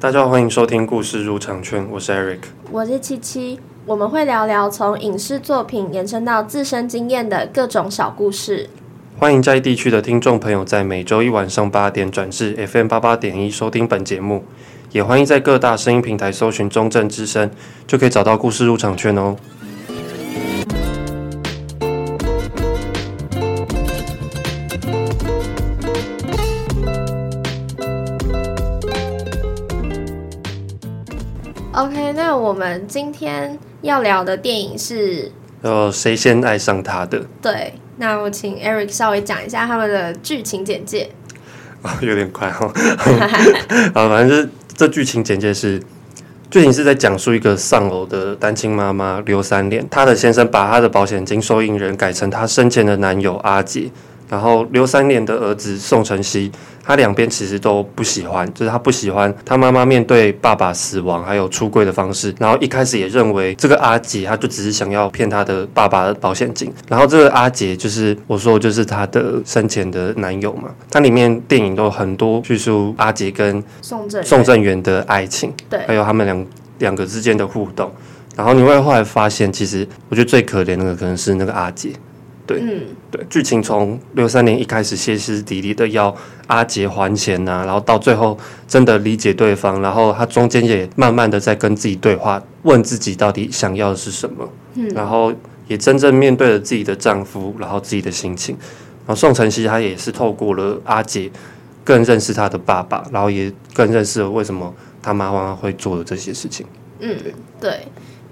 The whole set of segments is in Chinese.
大家好，欢迎收听《故事入场券》，我是 Eric。我是七七，我们会聊聊从影视作品延伸到自身经验的各种小故事。欢迎在地区的听众朋友在每周一晚上八点转至 FM 八八点一收听本节目，也欢迎在各大声音平台搜寻“中正之声”，就可以找到《故事入场券》哦。 OK，那我们今天要聊的电影是，呃，谁先爱上他的？ 对，那我请 Eric 稍微讲一下他们的剧情简介。哦， 有点快哈、哦。好，反正就是这剧情简介是，剧情是在讲述一个丧偶的单亲妈妈刘三连，她的先生把她的保险金受益人改成她生前的男友阿杰，然后刘三连的儿子宋晨曦，他两边其实都不喜欢，就是他不喜欢他妈妈面对爸爸死亡还有出柜的方式，然后一开始也认为这个阿杰他就只是想要骗他的爸爸的保险金，然后这个阿杰就是我说就是他的生前的男友嘛，它里面电影都有很多叙述阿杰跟宋正，宋正元的爱情，对还有他们两两个之间的互动。然后你会后来发现，其实我觉得最可怜那个可能是那个阿杰。对嗯，对，剧情从六三年一开始歇斯底里的要阿杰还钱呐、然后到最后真的理解对方，然后他中间也慢慢的在跟自己对话，问自己到底想要的是什么，嗯，然后也真正面对了自己的丈夫，然后自己的心情。然后宋晨曦他也是透过了阿杰，更认识他的爸爸，然后也更认识了为什么他妈妈会做的这些事情。嗯对。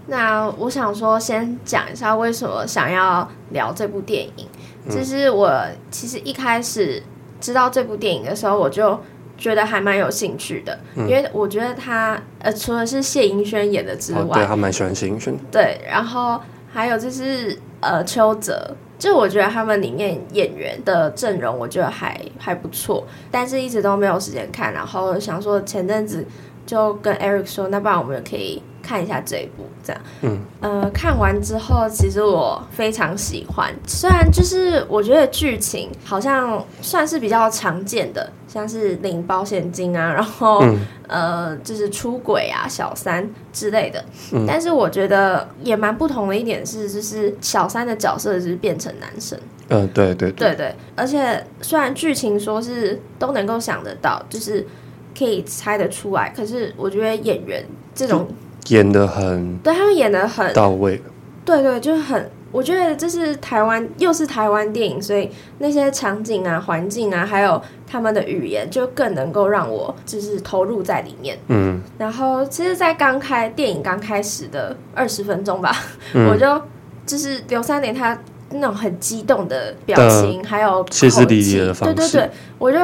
那我想说，先讲一下为什么想要聊这部电影。就是我其实一开始知道这部电影的时候，我就觉得还蛮有兴趣的，因为我觉得他呃，除了是谢盈萱演的之哦，外对，他蛮喜欢谢颖轩的，对，然后还有就是呃邱泽，就我觉得他们里面演员的阵容，我觉得还还不错，但是一直都没有时间看。然后想说前阵子就跟 Eric 说，那不然我们可以看一下这一部，这样。嗯。呃，看完之后，其实我非常喜欢，虽然就是我觉得剧情好像算是比较常见的，像是领保险金啊，然后、呃就是出轨啊、小三之类的。但是我觉得也蛮不同的一点是，就是小三的角色就是变成男生，嗯、对对对，对对，而且虽然剧情说是都能够想得到，就是可以猜得出来，可是我觉得演员这种演的很对他们演的很，到位，对对，就是很，我觉得这是台湾又是台湾电影，所以那些场景啊、环境啊，还有他们的语言，就更能够让我就是投入在里面。嗯然后其实，在刚开电影刚开始的二十分钟吧，嗯我就就是刘三连他那种很激动的表情，还有歇斯底里口气的方式对对对，我就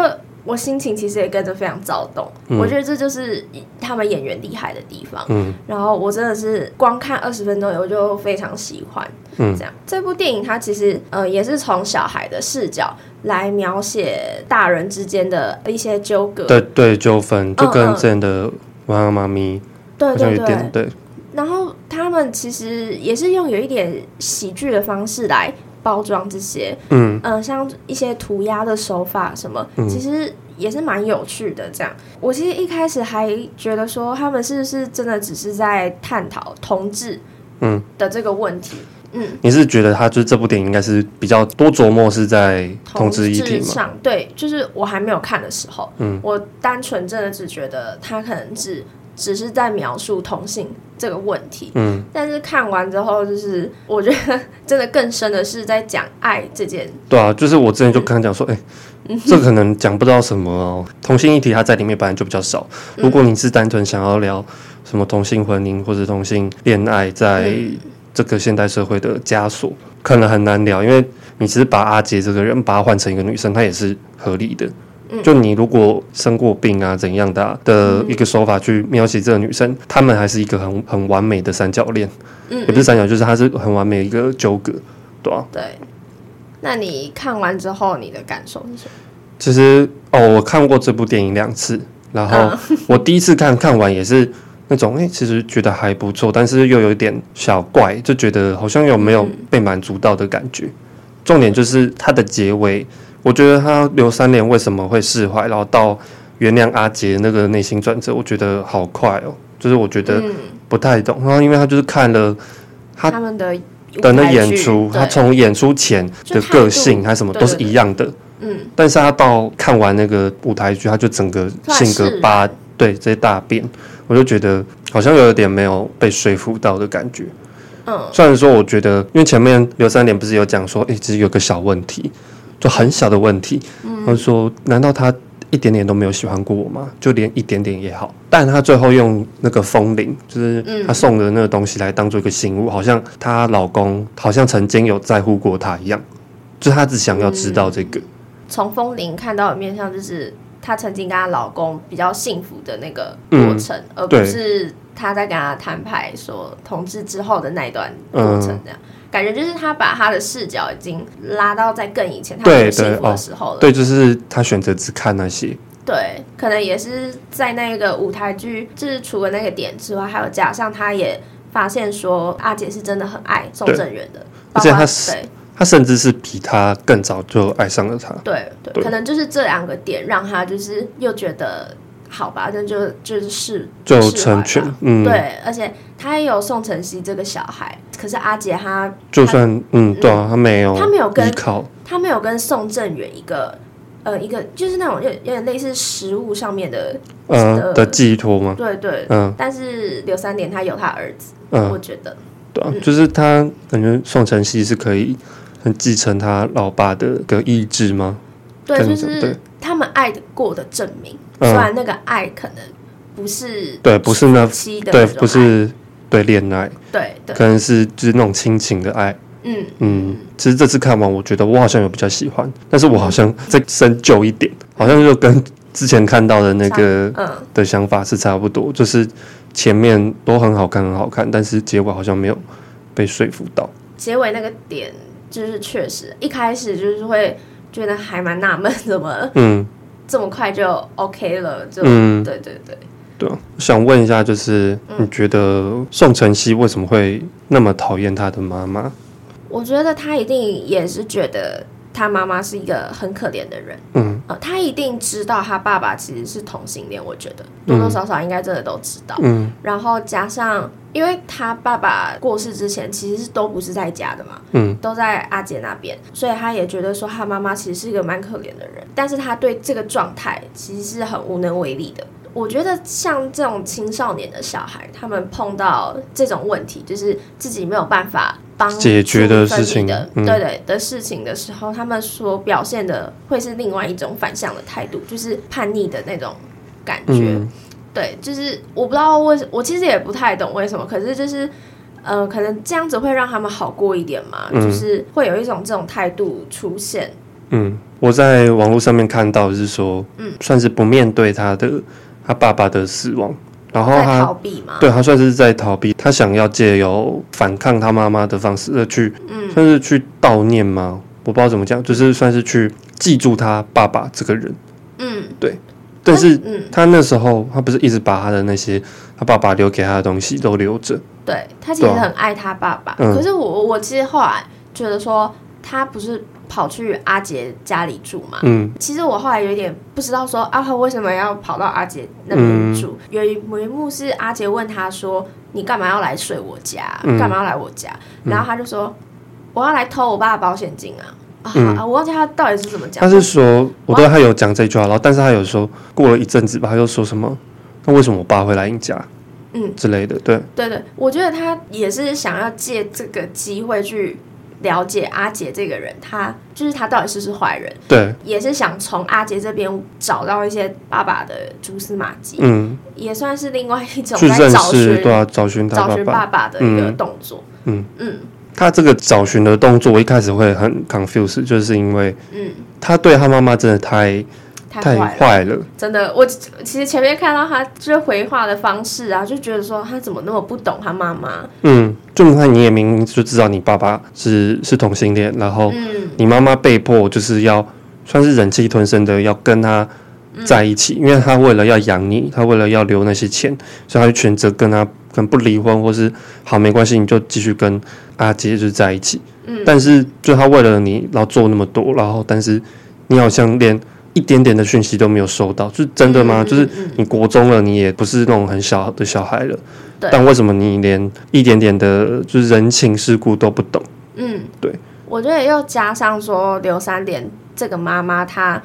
我心情其实也跟着非常躁动。我觉得这就是他们演员厉害的地方。嗯，然后我真的是光看二十分钟，我就非常喜欢。嗯这样这部电影它其实呃也是从小孩的视角来描写大人之间的一些纠葛。对对，纠纷就嗯跟嗯之前的晚安妈咪对好像对有对。点对，然后他们其实也是用有一点喜剧的方式来包装这些，嗯嗯、像一些涂鸦的手法什么，其实也是蛮有趣的。这样，我其实一开始还觉得说他们是不是真的只是在探讨同志嗯的这个问题，你是觉得他就是这部电影应该是比较多琢磨是在同志议题嘛？嗯上，对，就是我还没有看的时候，我单纯真的只觉得他可能只只是在描述同性这个问题，嗯，但是看完之后，就是我觉得真的更深的是在讲爱这件，对啊，就是我之前就跟他讲说，哎、这可能讲不到什么哦。同性议题它在里面本来就比较少，如果你是单纯想要聊什么同性婚姻或者同性恋爱，在这个现代社会的枷锁，可能很难聊，因为你只是把阿杰这个人把他换成一个女生，她也是合理的。就你如果生过病啊怎样的啊、的一个手法去描写这个女生，她们还是一个很很完美的三角恋，嗯也不是三角，就是它是很完美的一个纠葛，对啊。对。那你看完之后，你的感受是什么？其实哦，我看过这部电影两次，然嗯后 我第一次看看完也是那种，哎、其实觉得还不错，但是又有一点小怪，就觉得好像有没有被满足到的感觉。重点就是它的结尾，我觉得他刘三连为什么会释怀，然后到原谅阿杰那个内心转折，我觉得好快哦，就是我觉得嗯，不太懂。然后因为他就是看了他他们的的那舞台演剧出，他对从演出前就的态个度性还什么对都是对一样的，嗯但是他到看完那个舞台剧，他就整个突然性格释八对这些大变，我就觉得好像有点没有被说服到的感觉。嗯虽然说我觉得，因为前面刘三连不是有讲说，诶，其实有个小问题，就很小的问题，嗯他说难道他一点点都没有喜欢过我吗？就连一点点也好，但他最后用那个风铃，就是嗯他送的那个东西来当做一个信物，好像她老公好像曾经有在乎过她一样，就她只想要知道这个。从风铃看到的面相就是她曾经跟她老公比较幸福的那个过程，而不嗯对是她在跟他摊牌说同志之后的那一段嗯过程这样。感觉就是她把她的视角已经拉到在更以前她对很幸对福的哦时候了。对，就是她选择只看那些，对，可能也是在那个舞台剧，就是除了那个点之外，还有加上她也发现说阿姐是真的很爱宋对正元的，而且包括她是对她甚至是比她更早就爱上了他。对对对可能就是这两个点让她就是又觉得好吧，那就就是是就释怀成吧全，嗯，对，而且她也有宋晨曦这个小孩，可是阿姐她就算嗯，对啊，她没有，她没有跟依靠，她没有跟宋正元一个呃一个就是那种有有点类似食物上面的，呃的寄托吗？对对，嗯但是刘三连他有他儿子，我嗯嗯，觉得。对啊，就是她感觉宋晨曦是可以很继承她老爸的个意志吗？对，跟就着对是他们爱过的证明，嗯虽然那个爱可能不是对，不是那夫妻的对那，种不是对恋爱，爱对对，可能是就是那种亲情的爱。嗯嗯，其实这次看完，我觉得我好像有比较喜欢，但是我好像再深究一点，好像就跟之前看到的那个嗯，的想法是差不多，就是前面都很好看，很好看，但是结尾好像没有被说服到。结尾那个点就是确实一开始就是会觉得还蛮纳闷，怎么嗯这么快就 OK 了？就、嗯，对对对，对啊。想问一下，就是你觉得宋晨曦为什么会那么讨厌他的妈妈？我觉得他一定也是觉得他妈妈是一个很可怜的人，嗯，呃，他一定知道他爸爸其实是同性恋，我觉得多多少少应该真的都知道。嗯然后加上，因为他爸爸过世之前其实是都不是在家的嘛，嗯，都在阿姐那边，所以他也觉得说他妈妈其实是一个蛮可怜的人，但是他对这个状态其实是很无能为力的。我觉得像这种青少年的小孩，他们碰到这种问题，就是自己没有办法帮解决的助分离事情的，嗯对对的事情的时候，他们所表现的会是另外一种反向的态度，就是叛逆的那种感觉。嗯对，就是我不知道为什我其实也不太懂为什么，可是就是，呃，可能这样子会让他们好过一点嘛，嗯就是会有一种这种态度出现。嗯，我在网络上面看到是说，嗯算是不面对他的他爸爸的死亡，然后在哦他逃避嘛？对他算是在逃避，他想要借由反抗他妈妈的方式呃去，嗯算是去悼念吗？我不知道怎么讲，就是算是去记住他爸爸这个人。嗯，但是嗯，他那时候，他不是一直把他的那些他爸爸留给他的东西都留着，对他其实对啊很爱他爸爸，嗯可是我我其实后来觉得说，他不是跑去阿杰家里住嘛？嗯其实我后来有点不知道说啊，他为什么要跑到阿杰那边嗯住？有一有一幕是阿杰问他说：“你干嘛要来睡我家？嗯干嘛要来我家？”然后他就说：“我要来偷我爸的保险金啊！”啊，嗯啊我忘记他到底是怎么讲他是的。说，我对他有讲这句话，然后但是他有说过了一阵子吧，他又说什么，那为什么我爸会来你家，嗯之类的，对，对对，我觉得他也是想要借这个机会去了解阿杰这个人，他就是他到底是不是坏人，对，也是想从阿杰这边找到一些爸爸的蛛丝马迹，嗯，也算是另外一种去在认找识，寻对啊，找寻他找爸寻爸，爸爸的一个动作。嗯嗯他这个找寻的动作，我一开始会很 confused，就是因为嗯，他对他妈妈真的太太坏了，坏了，真的。我其实前面看到他就是回话的方式啊，就觉得说他怎么那么不懂他妈妈。嗯，就你看你也明明就知道你爸爸是是同性恋，然后嗯，你妈妈被迫就是要算是忍气吞声的要跟他在一嗯起，因为他为了要养你，他为了要留那些钱，所以他就选择跟他可能不离婚，或是好没关系，你就继续跟阿杰就是在一起。嗯但是就他为了你，然后做那么多，然后但是你好像连一点点的讯息都没有收到，就是真的吗？嗯嗯就是嗯你国中了，你也不是那种很小的小孩了，对但为什么你连一点点的就是人情世故都不懂？嗯，对，我觉得又加上说刘三点这个妈妈，她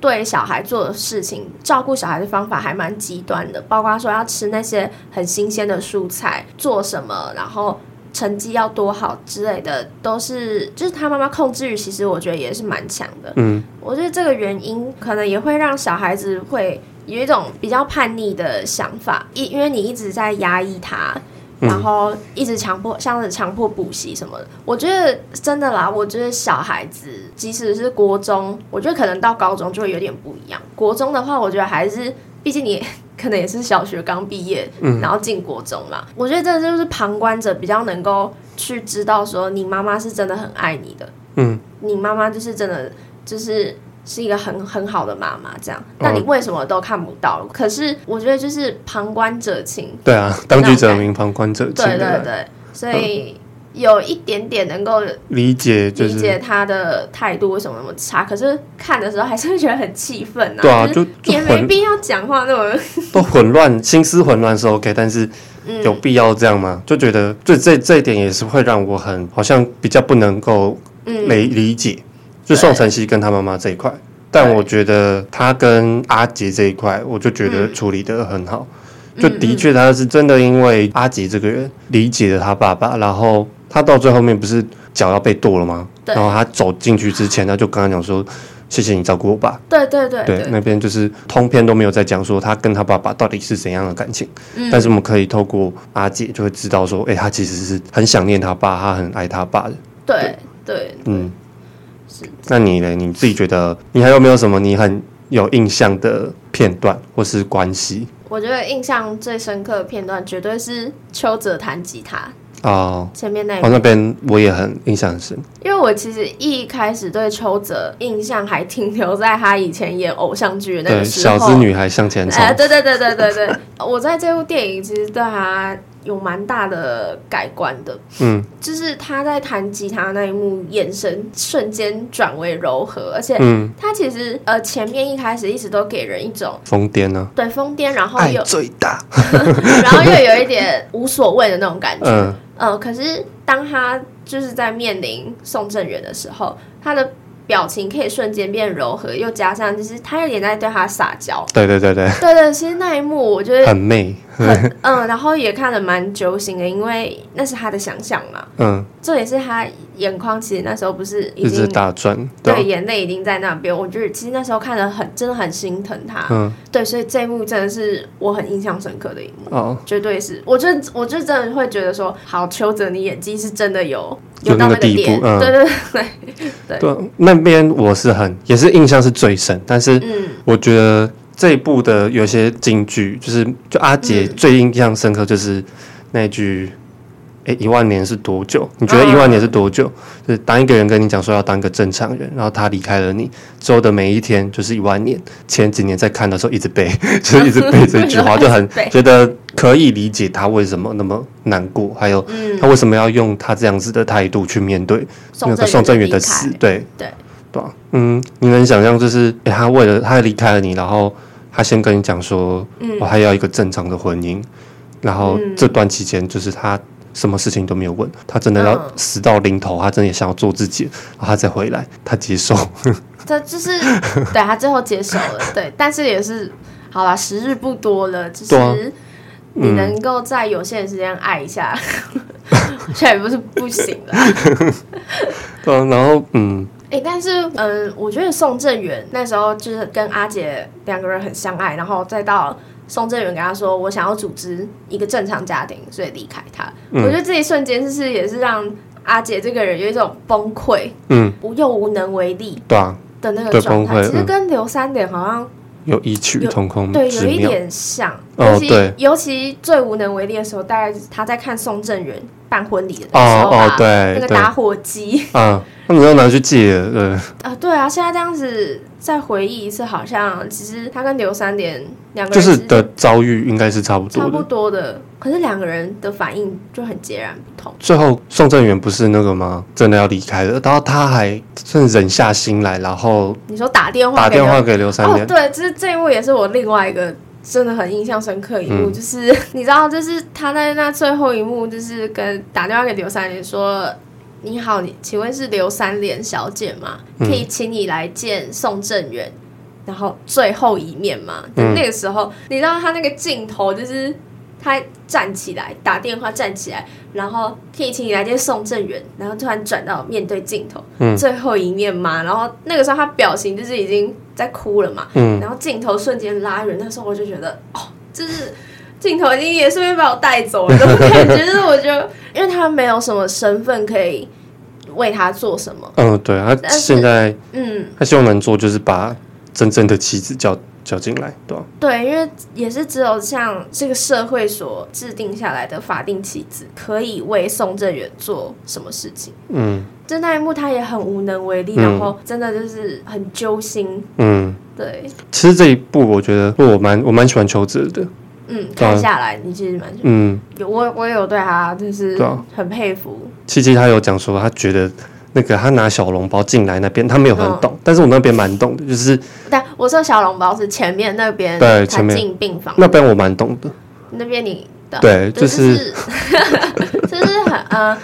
对小孩做的事情、照顾小孩的方法还蛮极端的，包括说要吃那些很新鲜的蔬菜，做什么，然后成绩要多好之类的，都是就是他妈妈控制欲，其实我觉得也是蛮强的。嗯，我觉得这个原因可能也会让小孩子会有一种比较叛逆的想法，一因为你一直在压抑他，嗯然后一直强迫，像是强迫补习什么的。我觉得真的啦，我觉得小孩子即使是国中，我觉得可能到高中就会有点不一样。国中的话，我觉得还是毕竟你可能也是小学刚毕业，嗯然后进国中嘛，我觉得真的就是旁观者比较能够去知道说你妈妈是真的很爱你的，嗯，你妈妈就是真的就是。是一个很很好的妈妈，这样，哦那你为什么都看不到？可是我觉得就是旁观者清，对啊，当局者迷，旁观者清对对的对，所以有一点点能够理解就理是解他的态度为什么那么差，可是看的时候还是会觉得很气愤对啊，就是就就也没混必要讲话 那么，都混乱，心思混乱是 OK，但是有嗯必要这样吗？就觉得这这这一点也是会让我很好像比较不能够嗯，理理解，就宋晨曦跟他妈妈这一块。但我觉得他跟阿杰这一块，我就觉嗯得处理得很好。就的确，他是真的因为阿杰这个人理解了他爸爸，然后他到最后面不是脚要被剁了吗？对然后他走进去之前，他就跟他讲说：“谢谢你照顾我爸。对对哎对对，，那边就是通篇都没有在讲说他跟他爸爸到底是怎样的感情，嗯但是我们可以透过阿姐就会知道说，哎、他其实是很想念他爸，他很爱他爸的。对对，嗯，那你嘞？你自己觉得你还有没有什么你很有印象的片段或是关系我觉得印象最深刻的片段绝对是邱泽弹吉他啊？前面那一哦，那幕，边我也很印象很深。因为我其实一开始对邱泽印象还停留在他以前演偶像剧的那对，个时候，小资女孩向前冲。哎，对对对对对对， 我在这部电影其实对他有蛮大的改观的。嗯，就是他在弹吉他那一幕，眼神瞬间转为柔和，而且嗯，他其实呃前面一开始一直都给人一种疯癫呢，对疯癫，然后爱又最大。 然后又有一点无所谓的那种感觉。嗯呃，可是当他就是在面临宋正元的时候，他的表情可以瞬间变柔和，又加上就是他有点在对他撒娇。对对对对，对对，其实那一幕我觉得很媚。很嗯，然后也看得蛮揪心的，因为那是他的想象嘛。嗯，重点是他眼眶其实那时候不是一已直经大转。对啊，眼泪已经在那边，我觉得其实那时候看得很真的很心疼他。嗯，对，所以这一幕真的是我很印象深刻的一幕，哦，绝对是。我就我就真的会觉得说，好，邱泽你演技是真的有有到那个个地步点，嗯对对对，对啊，那边我是很也是印象是最深，但是嗯我觉得这一部的有些金句，就是就阿嗯杰最印象深刻就是那一句。哎，一万年是多久？你觉得嗯一万年是多久？就是当一个人跟你讲说要当个正常人，然后他离开了你之后的每一天就是一万年。前几年在看的时候一直背， 就是一直背这句话，就很 对觉得可以理解他为什么那么难过，还有嗯，他为什么要用他这样子的态度去面对那个宋振正元元的的死离，开对对对啊、嗯，你能想象就是、诶他为了他离开了你，然后他先跟你讲说，嗯我还要一个正常的婚姻，然后嗯这段期间就是他什么事情都没有问，他真的要嗯死到临头，他真的也想要做自己，然后他再回来，他接 受，他就是对他最后接受了，对，但是也是好啦，时日不多了，就对啊是你能够在有限的时间爱一下， 这、也不是不行的。对啊、然后嗯，哎、但是嗯，我觉得宋正元那时候就是跟阿杰两个人很相爱，然后再到宋正元跟他说我想要组织一个正常家庭，所以离开他。嗯我觉得这一瞬间就是也是让阿杰这个人有一种崩溃，嗯，无又无能为力对啊，的那个对状崩态。溃其实嗯跟刘三点好像。有异曲有同工对，之有一妙，点像，哦尤其、对尤其最无能为力的时候，大概就是他在看宋正元办婚礼的时哦候吧，哦对那个对打火机 呃啊，那你要拿去借了，对。啊、对啊，现在这样子再回忆一次，好像其实他跟刘三连两个就人是的遭遇应该是差不差多不的。多的，可是两个人的反应就很截然不同。最后宋正元不是那个吗？真的要离开了，然后他还甚至忍下心来，然后你说打电话打给电刘话给刘三连哦，，对，这这一幕也是我另外一个真的很印象深刻一嗯幕，就是 你知道，就是他在那最后一幕，就是跟打电话给刘三连说：“你好，你请问是刘三连小姐吗？嗯可以请你来见宋正元。然后最后一面嘛，就嗯那个时候，你知道他那个镜头就是他站起来打电话站起来，然后可以请你来见宋正元，然后突然转到面对镜头，嗯最后一面嘛，然后那个时候他表情就是已经在哭了嘛，嗯，然后镜头瞬间拉远，那时候我就觉得，哦，就是镜头已经也顺便把我带走了，这 种感觉。就是我觉得，因为他没有什么身份可以为他做什么，嗯，对，他但是现在嗯，他希望能做就是把真正的妻子叫叫进来，对吧、对，因为也是只有像这个社会所制定下来的法定妻子，可以为宋正元做什么事情。嗯就那一幕，他也很无能为力，嗯然后真的就是很揪心。嗯，对，其实这一部我觉得我蛮我蛮喜欢邱泽的，嗯，看下来，你其实蛮嗯，有我，我有对他就是对啊很佩服。七七他有讲说他觉得。那个他拿小笼包进来那边，他没有很懂，哦但是我那边蛮懂的，就是但我说小笼包是前面那边，对他前面进病房那边我蛮懂的，那边你的对就就是就是 很呃，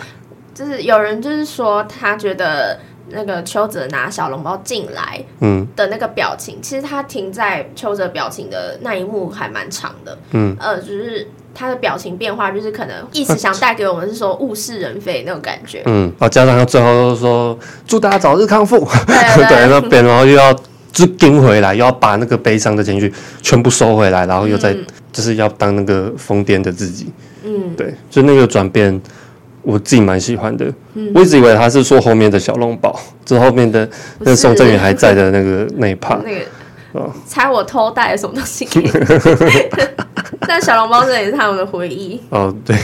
就是有人就是说他觉得那个邱泽拿小笼包进来嗯的那个表情，其实他停在邱泽表情的那一幕还蛮长的，嗯，呃，就是他的表情变化，就是可能意思想带给我们是说物是人非那种感觉，嗯，然后加上他最后又说祝大家早日康复， 对啊对对那边，然后又要就盯回来，又要把那个悲伤的情绪全部收回来，然后又再、就是要当那个疯癫的自己。嗯，对，就那个转变，我自己蛮喜欢的。嗯我一直以为他是说后面的小笼包，就后面的不那是宋振宇还在的那个那一趴。那个哦猜我偷带了什么东西给你。 但小笼包这也是他们的回忆，哦，对，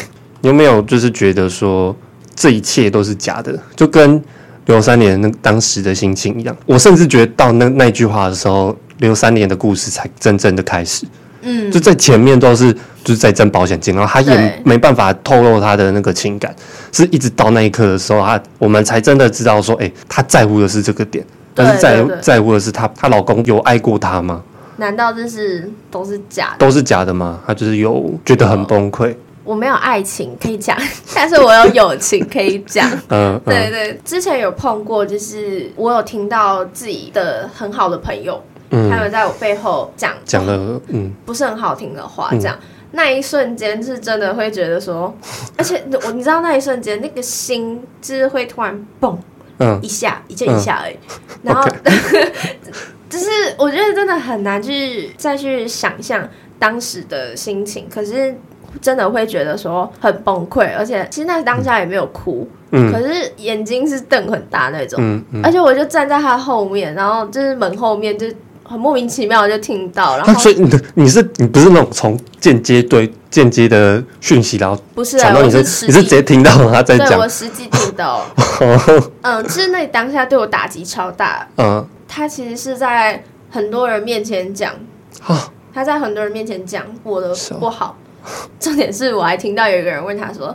有没有就是觉得说这一切都是假的，就跟刘三连那当时的心情一样？我甚至觉得到那那句话的时候，刘三连的故事才真正的开始。嗯，就在前面都是就是在争保险金，然后他也对没办法透露他的那个情感，是一直到那一刻的时候，他我们才真的知道说，哎、他在乎的是这个点，但是对在对对在乎的是她她老公有爱过她吗？难道这是都是假的？都是假的吗？她就是有觉得哦很崩溃，我没有爱情可以讲， 但是我有友情可以讲。嗯对嗯对，之前有碰过，就是我有听到自己的很好的朋友，他嗯，们在我背后讲哦讲了嗯不是很好听的话，这样、那一瞬间是真的会觉得说，而且我你知道那一瞬间那个心就是会突然蹦嗯一下，一就一下而已。然后 就是我觉得真的很难去再去想象当时的心情，可是真的会觉得说很崩溃，而且其实那当下也没有哭，嗯可是眼睛是瞪很大那种。嗯嗯，而且我就站在他后面，然后就是门后面就很莫名其妙地就听到，然他后所以你的你是你不是那种从间接对间接的讯息，然后不是、讲啊，到我你是实你是直际接听到他在对讲我，实际听 到，嗯，就是那当下对我打击超大，嗯他其实是在很多人面前讲，啊他在很多人面前讲我的是哦不好。重点是我还听到有一个人问他说：“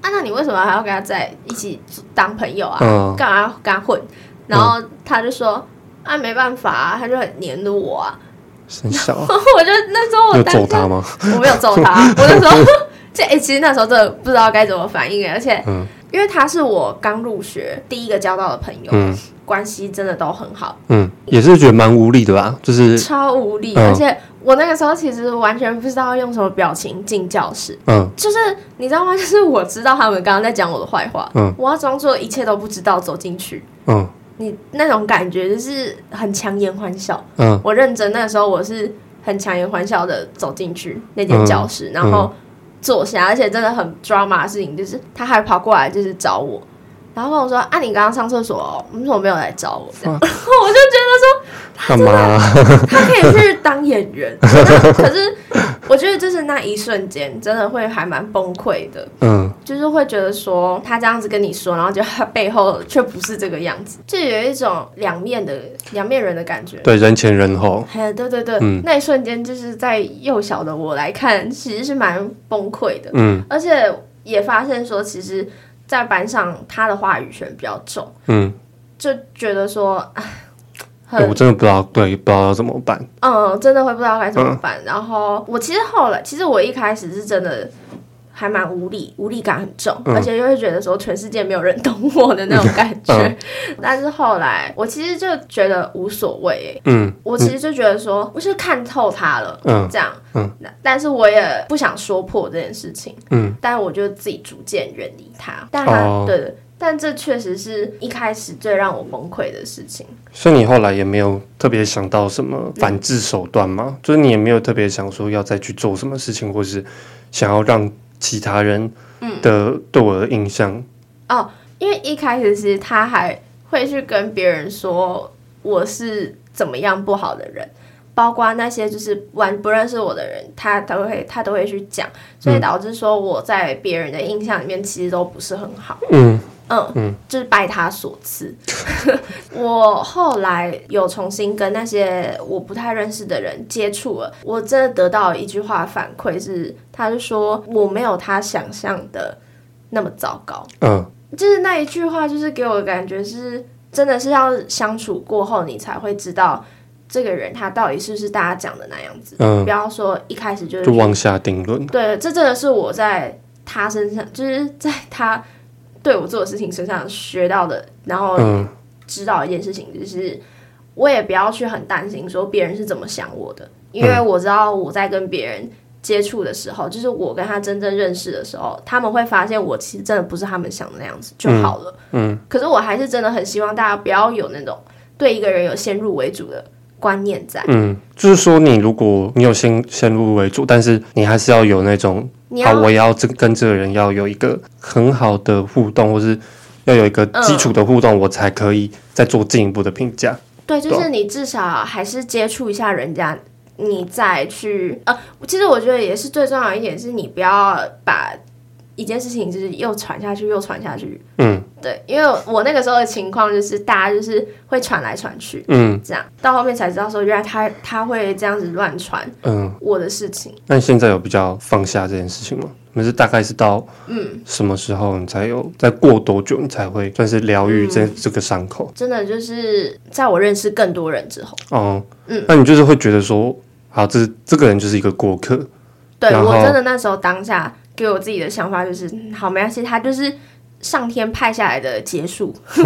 啊，那你为什么还要跟他在一起当朋友啊？嗯干嘛要跟他混？”然后他就说：“啊，没办法、啊，他就很黏着我啊。生效啊” 我就那时候你我有当揍下他吗？我没有揍他，啊 我那时候这哎、其实那时候真的不知道该怎么反应，而且、嗯因为他是我刚入学第一个交到的朋友，嗯关系真的都很好，嗯，也是觉得蛮无力的吧，就是超无力，嗯而且我那个时候其实完全不知道用什么表情进教室，嗯就是你知道吗？就是我知道他们刚刚在讲我的坏话，嗯我要装作一切都不知道走进去，嗯你那种感觉就是很强颜欢笑。嗯我认真那时候我是很强颜欢笑的走进去那间教室，嗯然后坐下，而且真的很 drama 的事情就是他还跑过来就是找我，然后跟我说：“啊，你刚刚上厕所、哦，你怎么没有来找我？”这样啊 我就觉干嘛？啊得说他可以去当演员， 那可是我觉得就是那一瞬间真的会还蛮崩溃的， 嗯，就是会觉得说他这样子跟你说，然后就他背后却不是这个样子，就有一种两面的两面人的感觉。对，人前人后，哎，对对对，嗯那一瞬间就是在幼小的我来看，其实是蛮崩溃的。嗯而且也发现说，其实，在班上他的话语权比较重，嗯、就觉得说，唉哎我很真的不知道，对，不知道要怎么办。嗯，真的会不知道该怎么办。嗯然后我其实后来，其实我一开始是真的。还蛮无力，无力感很重，嗯而且又会觉得说全世界没有人懂我的那种感觉。嗯 但是后来，我其实就觉得无所谓、欸嗯我其实就觉得说，我是看透他了，嗯这样，嗯那，但是我也不想说破这件事情。嗯，但我就自己逐渐远离他。但他、哦对对，但这确实是一开始最让我崩溃的事情。所以你后来也没有特别想到什么反制手段吗？就是你也没有特别想说要再去做什么事情，或是想要让其他人嗯的对我的印象，因为一开始其实他还会去跟别人说我是怎么样不好的人，包括那些就是完不认识我的人，他都会他都会去讲，所以导致说我在别人的印象里面其实都不是很好。嗯嗯，就是拜他所赐。 我后来有重新跟那些我不太认识的人接触了，我真的得到一句话反馈是，他就说我没有他想象的那么糟糕。嗯就是那一句话，就是给我的感觉是，真的是要相处过后，你才会知道这个人他到底是不是大家讲的那样子。嗯，不要说一开始就是就妄下定论。对，这真的是我在他身上，就是在他对我做的事情身上学到的，然后嗯知道一件事情，就是我也不要去很担心说别人是怎么想我的，因为我知道我在跟别人接触的时候，就是我跟他真正认识的时候，他们会发现我其实真的不是他们想的那样子就好了。嗯，可是我还是真的很希望大家不要有那种对一个人有先入为主的观念在，嗯，就是说你如果你有先先入为主，但是你还是要有那种你要好，我也要这跟这个人要有一个很好的互动，或是要有一个基础的互嗯动，我才可以再做进一步的评价。对，就对啊是你至少还是接触一下人家，你再去呃，其实我觉得也是最重要的一点是，你不要把一件事情就是又传下去，又传下去。嗯对，因为我那个时候的情况就是，大家就是会传来传去，嗯这样到后面才知道说，原来他他会这样子乱传嗯，我的事情。那你现在有比较放下这件事情吗？你是大概是到嗯什么时候你才有？再过多久你才会算是疗愈这、嗯这个伤口？真的就是在我认识更多人之后，哦、嗯那你就是会觉得说，好，这这个人就是一个过客，对然我后真的那时候当下给我自己的想法就是，嗯好没关系，他就是上天派下来的 结束，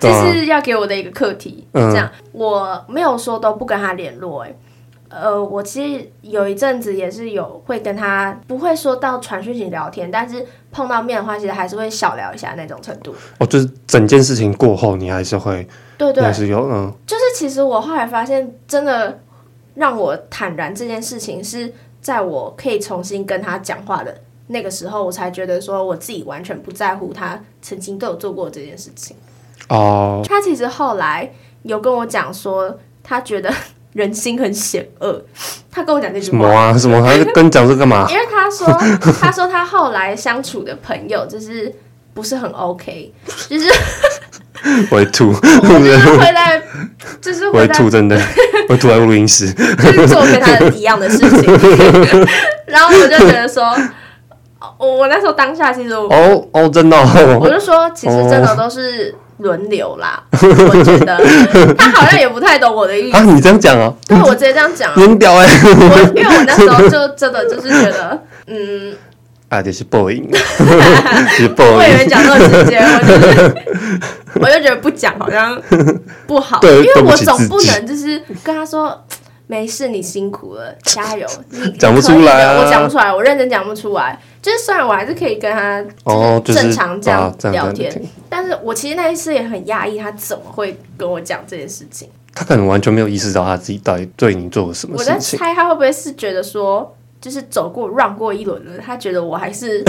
这是要给我的一个课题。啊嗯这样我没有说都不跟他联络、欸，呃，我其实有一阵子也是有会跟他，不会说到传讯息聊天，但是碰到面的话，其实还是会小聊一下那种程度。哦，就是整件事情过后，你还是会，对你对还，是有，嗯就是其实我后来发现，真的让我坦然这件事情，是在我可以重新跟他讲话的那个时候，我才觉得说我自己完全不在乎他曾经对我做过这件事情。哦，他其实后来有跟我讲说，他觉得 人心很险恶，他跟我讲这句什么话。啊，什么，还跟你讲这干嘛？ 因为他说，他说他后来相处的朋友就是不是很 OK，就是我会 吐，就是会在，就是我会会在吐， 真的，我会吐在录音室。就是做跟他的一样的事情， 然后我就觉得说，我我那时候当下其实我哦哦，真的、我哦，就说，其实真的都是轮流啦，我觉得他好像也不太懂我的意思， 啊，你这样讲啊，对我直接这样讲啊，你很屌哎、欸，我因为我那时候就真的就是觉得，嗯，啊，就是报应， 就是我报以应，为讲这么直接，我就是我就觉得不讲好像不好，对因为对不我起总自不己能就是跟他说。没事，你辛苦了，加油！ 你讲不你可以出来的啊我讲不出来，我认真讲不出来。就是虽然我还是可以跟他哦，就是正常这样啊这样聊天这样听但是我其实那一次也很压抑，他怎么会跟我讲这件事情？他可能完全没有意识到他自己到底对你做了什么我事在情，猜他会不会是觉得说，就是走过让过一轮了，他觉得我还是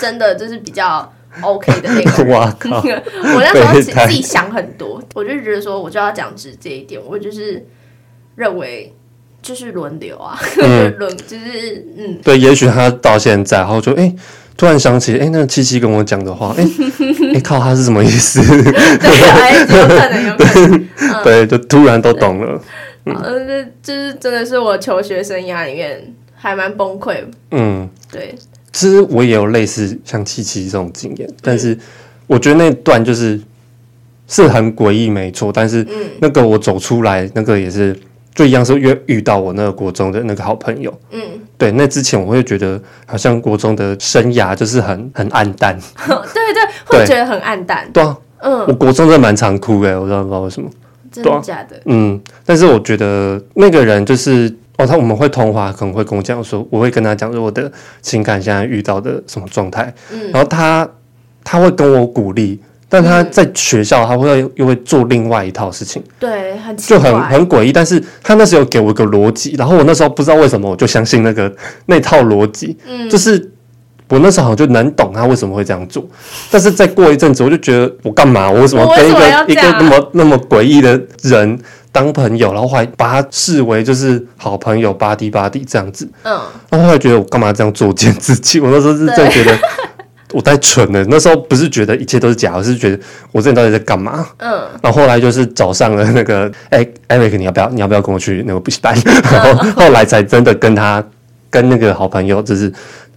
真的就是比较 OK 的那个人。 哇靠！ 我那时候其备胎自己想很多，我就觉得说，我就要讲直接一点，我就是认为就是轮流啊，嗯 轮、就是嗯，对，也许他到现在，然后就哎、诶突然想起哎、诶那个七七跟我讲的话， 哎、哎、靠，他是什么意思？对，哎有可能有可能。 对，就突然都懂了。呃，这就是真的是我求学生涯里面还蛮崩溃的，嗯，对，其实我也有类似像七七这种经验，但嗯是我觉得那段就是是很诡异，没错。但是嗯那个我走出来，那个也是就一样是遇遇到我那个国中的那个好朋友。嗯， 对，那之前我会觉得好像国中的生涯就是很很暗淡，对对，会觉得很暗淡，对啊，嗯，我国中真的蛮常哭的，我真的不知道为什么。真对的啊假的？嗯，但是我觉得那个人就是哦，他我们会通话，可能会跟我讲说，我会跟他讲说我的情感现在遇到的什么状态，嗯然后他他会跟我鼓励，但他在学校他会又会做另外一套事嗯情，对，很奇就很怪，很诡异。但是他那时候给我一个逻辑，然后我那时候不知道为什么我就相信那个那套逻辑，嗯就是。我那时候好像就能懂他为什么会这样做，但是再过一阵子，我就觉得我干嘛？我为什么我为跟一什么个要一个这样那么那么诡异的人当朋友，然后还把他视为就是好朋友，巴迪巴迪这样子。嗯，然后后来觉得我干嘛这样作践自己？我那时候是真的觉得我太蠢了。那时候不是觉得一切都是假的，而是觉得我自己到底在干嘛？嗯，然后后来就是找上了那个哎艾瑞克，你要不要你要不要跟我去那个补习班？嗯然后后来才真的跟他跟那个好朋友，就是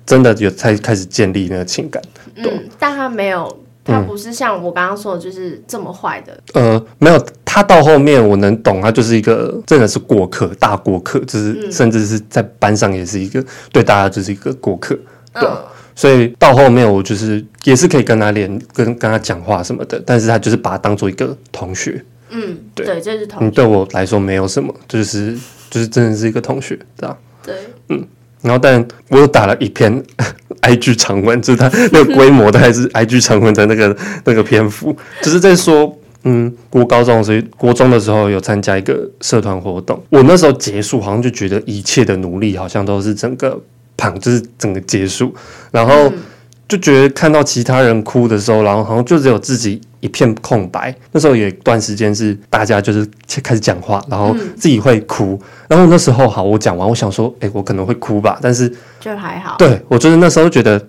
真的有才开始建立那个情感。嗯，但他没有，嗯他不是像我刚刚说的，就是这么坏的。呃，没有，他到后面我能懂，他就是一个真的是过客，大过客，就是甚至是在班上也是一个对大家就是一个过客，对啊、所以到后面我就是也是可以跟他连跟跟他讲话什么的，但是他就是把他当做一个同学，嗯，对对，这是同嗯，对我来说没有什么，就是就是真的是一个同学，对吧、对，然后，但我又打了一篇 IG 长文，就是它那个规模大概是 IG 长文的那个那个篇幅，就是在说，嗯，我高中的时候，国中的时候有参加一个社团活动，我那时候结束，好像就觉得一切的努力好像都是整个旁，就是整个结束，然后就觉得看到其他人哭的时候，然后好像就只有自己一片空白。那时候有一段时间是大家就是开始讲话，然后自己会哭，然后那时候好，我讲完，我想说，哎、我可能会哭吧，但是就还好。对我就是那时候觉得，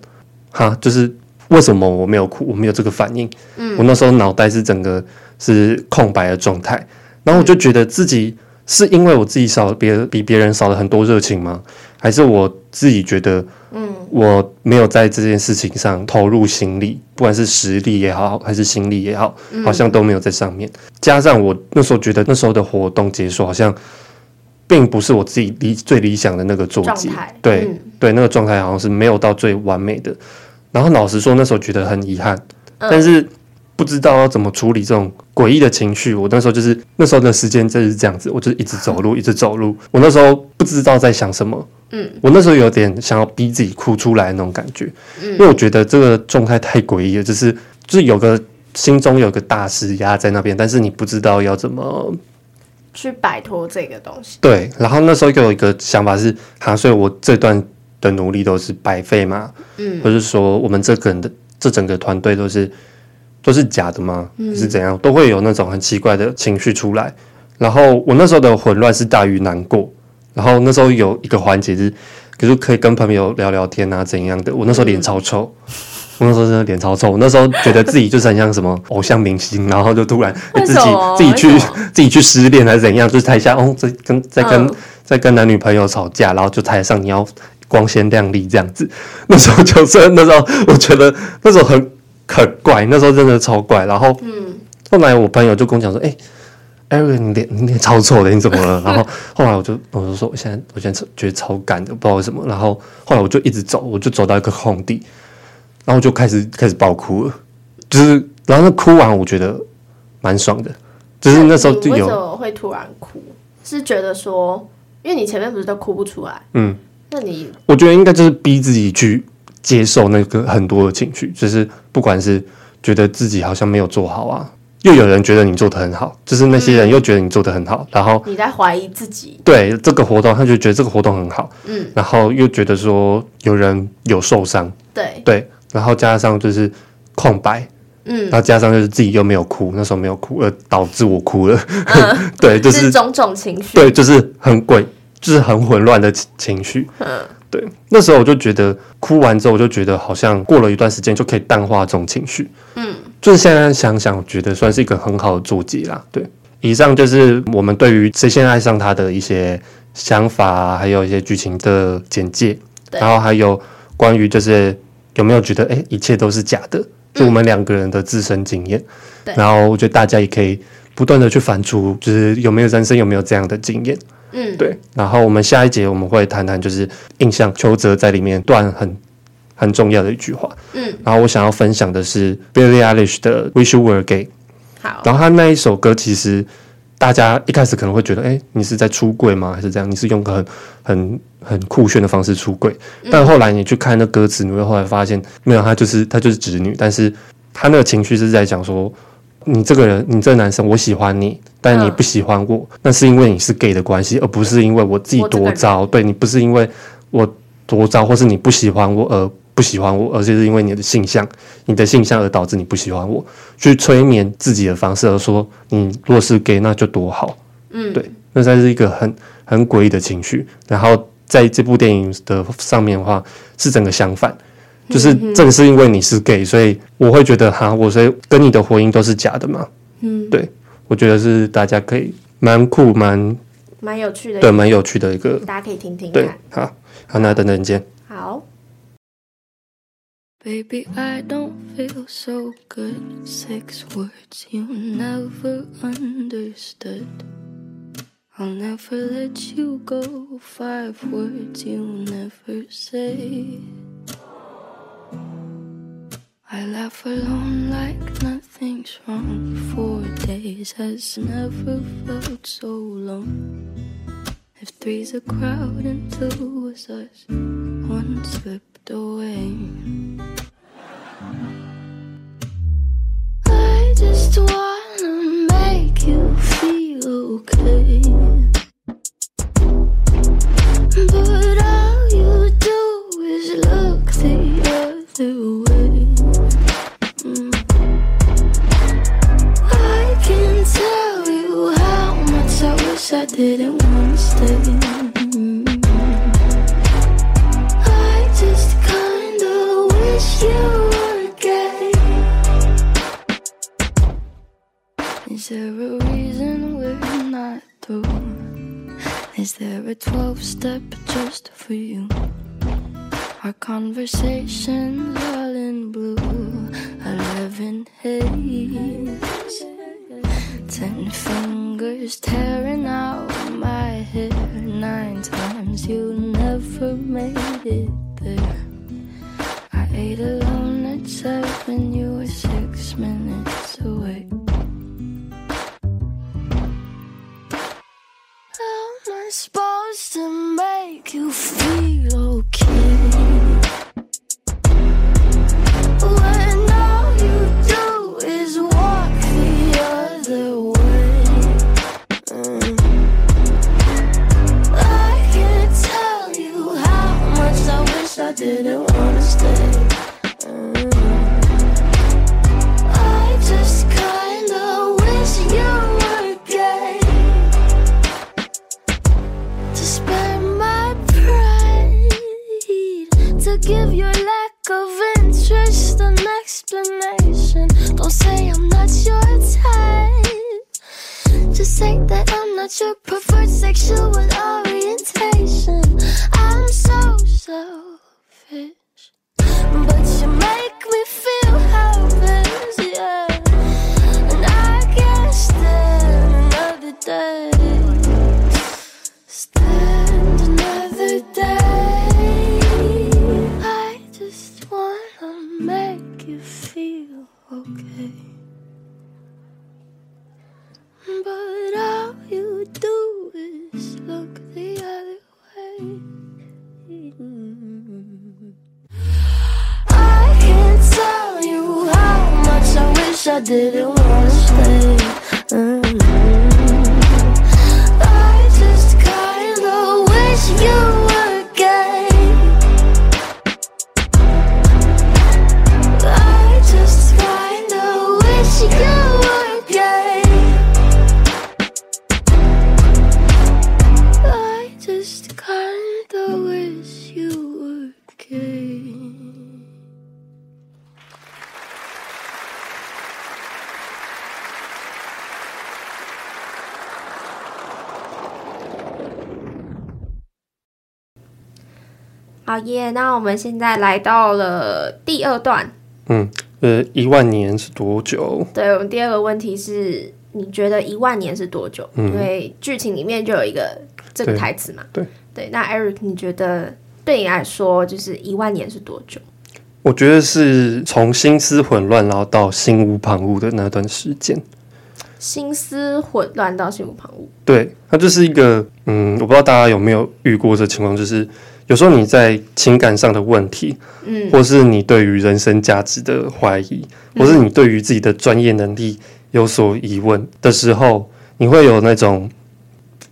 哈，就是为什么我没有哭，我没有这个反应，嗯，我那时候脑袋是整个是空白的状态，然后我就嗯觉得自己是因为我自己少别比别人少了很多热情吗？还是我自己觉得，嗯，我没有在这件事情上投入心力，不管是实力也好，还是心力也好，好嗯像都没有在上面。加上我那时候觉得那时候的活动结束好像。并不是我自己理最理想的那个作状绩态，对、嗯对，那个状态好像是没有到最完美的。然后老实说，那时候觉得很遗憾，但是不知道要怎么处理这种诡异的情绪。我那时候就是那时候的时间就是这样子，我就是一直走路，一直走路。我那时候不知道在想什么，嗯，我那时候有点想要逼自己哭出来那种感觉，嗯，因为我觉得这个状态太诡异了，就是就是有个心中有个大石压在那边，但是你不知道要怎么去摆脱这个东西。对，然后那时候给我一个想法是，哈、所以我这段的努力都是白费吗？嗯，或是说我们这个人的这整个团队都是都是假的吗？嗯是怎样？都会有那种很奇怪的情绪出来。然后我那时候的混乱是大于难过，然后那时候有一个环节是，可是可以跟朋友聊聊天啊，怎样的？我那时候脸超臭，嗯我那时候真的脸超臭，我那时候觉得自己就是很像什么偶像明星，然后就突然、为自什己么自己去为什么自己去失恋还是怎样，就是台下哦，在跟在跟、嗯在跟男女朋友吵架，然后就台上你要光鲜亮丽这样子。 那时候就是那时候，我觉得那时候很很怪，那时候真的超怪。然后，嗯，后来我朋友就跟我讲说，哎、艾瑞，你脸你脸超臭的，你怎么了？ 然后后来我就我就说，我现在我现在觉得超干的，不知道为什么。然后后来我就一直走，我就走到一个空地，然后就开始开始爆哭了，就是然后那哭完，我觉得蛮爽的，就是那时候你就为有什么会突然哭？是觉得说，因为你前面不是都哭不出来，嗯，那你我觉得应该就是逼自己去接受那个很多的情绪，就是不管是觉得自己好像没有做好啊，又有人觉得你做得很好，就是那些人又觉得你做得很好，然后你在怀疑自己，对这个活动，他就觉得这个活动很好，嗯，然后又觉得说有人有受伤，对，对，然后加上就是空白，嗯，然后加上就是自己又没有哭，那时候没有哭，呃，导致我哭了。 嗯对，就是种种情绪，对，就是很鬼，就是很混乱的情情绪。嗯，对，那时候我就觉得哭完之后，我就觉得好像过了一段时间就可以淡化这种情绪。嗯，就是现在想想，我觉得算是一个很好的注解啦。对，以上就是我们对于《谁先爱上他》的一些想法啊，还有一些剧情的简介，对然后还有关于就是有没有觉得哎、诶一切都是假的，就我们两个人的自身经验。嗯对然后我觉得大家也可以不断的去反刍，就是有没有人生有没有这样的经验。嗯，对，然后我们下一节我们会谈谈就是印象邱泽在里面段很很重要的一句话，嗯，然后我想要分享的是 Billie Eilish 的《Wish You Were Gay》，好，然后他那一首歌其实大家一开始可能会觉得，哎，你是在出柜吗？还是这样？你是用个很很很酷炫的方式出柜？但后来你去看那歌词，你会后来发现，没有，他就是他就是直女，但是他那个情绪是在讲说。你这个人，你这个男生，我喜欢你，但你嗯不喜欢我，那是因为你是 gay 的关系，而不是因为我自己我这个多人糟。对你不是因为我多糟，或是你不喜欢我而不喜欢我，而且是因为你的性向，你的性向而导致你不喜欢我。去催眠自己的方式，而说你若是 gay 那就多好，嗯，对，那算是一个很很诡异的情绪。然后在这部电影的上面的话，是整个相反，嗯就是正是因为你是 gay，所以我会觉得哈，我所以跟你的婚姻都是假的嘛。嗯，对，我觉得是大家可以蛮酷蛮蛮有趣的，对蛮有趣的一个大家可以听听对看。，好，好，那等等见。好， Baby, I don't feel so good. Six words you never understood. I'll never let you go. Five words you never say. I laugh alone like nothing's wrong. Four days has never felt so long. If three's a crowd and two is us, one slipped away. I just wanna make you feel okay. But all you do is look the other way. Mm. I can tell you how much I wish I didn't want to stay. Mm. I just kinda wish you were gay. Is there a reason we're not through? Is there a 12 step just for you? Our conversations all in blue. 11 haze. 10 fingers tearing out my hair. Nine times you never made it there. I ate alone at seven, you were six minutes away. How am I supposed to make you feel okay? When all you do is walk the other way. Mm. I can't tell you how much I wish I didn't wanna stay. Mm. I just kinda wish you were gay to spare my pride, to give your lack of interest an explanation. Don't say I'm not your type. Just say that I'm not your preferred sexual orientation. I'm so selfish, but you make me feel helpless, yeah. And I can't stand another day. Stand another day. I just wanna make you feel okay. But all you do is look the other way. I can't tell you how much I wish I didn't wanna stay. Mm. I just kinda wish you were gay. I just 好耶！那我们现在来到了第二段，呃，一万年是多久？对我们第二个问题是，你觉得一万年是多久？因为剧情里面就有一个这个嗯对台词嘛。对那 Eric，你觉得对你来说，就是一万年是多久？我觉得是从心思混乱，然后到心无旁骛的那段时间。心思混乱到心无旁骛。对，它就是一个，嗯，我不知道大家有没有遇过这情况，就是有时候你在情感上的问题，嗯，或是你对于人生价值的怀疑，或嗯是你对于自己的专业能力有所疑问的时候，你会有那种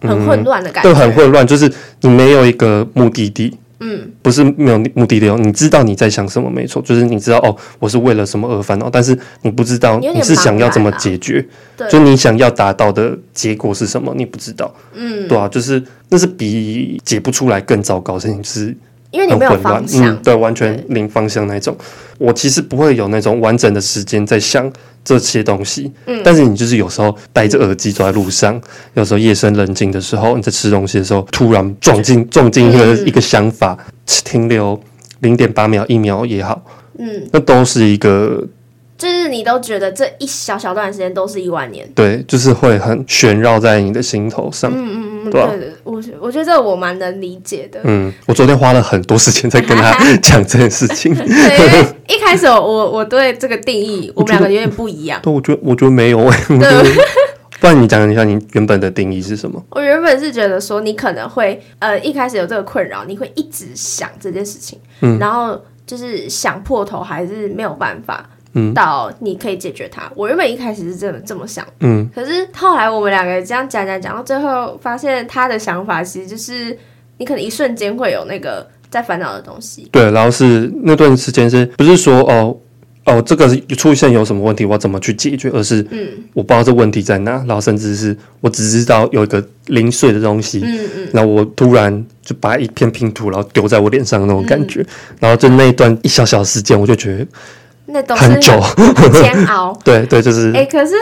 很混乱的感觉。嗯对很。混乱，就是你没有一个目的地，嗯，不是没有目的地哦，你知道你在想什么没错，就是你知道哦，我是为了什么而烦恼，但是你不知道你有你点是想要怎么茫然啊解决，对就你想要达到的结果是什么，你不知道，嗯，对啊，就是那是比解不出来更糟糕的事情，就是因为你很没有混乱方，向。嗯，对，完全零方向那种。我其实不会有那种完整的时间在想这些东西，嗯但是你就是有时候戴着耳机走在路上，有时候夜深人静的时候，你在吃东西的时候，突然撞进撞进一个、嗯一个想法，停留零点八秒、一秒也好，嗯，那都是一个就是你都觉得这一小小段时间都是一万年。对，就是会很旋绕在你的心头上。嗯嗯嗯，对啊对，我觉我觉得这我蛮能理解 的。嗯，我昨天花了很多时间在跟他 讲这件事 情。对，因为一开始我我对这个定义，我们两个有点不一样。对，我觉得我觉得没有、欸， 我觉得不然你讲一下你原本的定义是什么？我原本是觉得说，你可能会呃一开始有这个困扰，你会一直想这件事情，嗯然后就是想破头，还是没有办法。嗯到你可以解决它。我原本一开始是这么这么想，嗯，可是后来我们两个这样讲讲讲到最后，发现他的想法其实就是你可能一瞬间会有那个在烦恼的东西，对，然后是那段时间是不是说哦哦这个是出现有什么问题，我要怎么去解决，而是嗯我不知道这问题在哪，然后甚至是我只知道有一个零碎的东西，嗯嗯，然后我突然就把一片拼图然后丢在我脸上的那种感觉，嗯然后就那一段一小小时间，我就觉得那都是很久，很煎熬。 对对，就是、哎、可是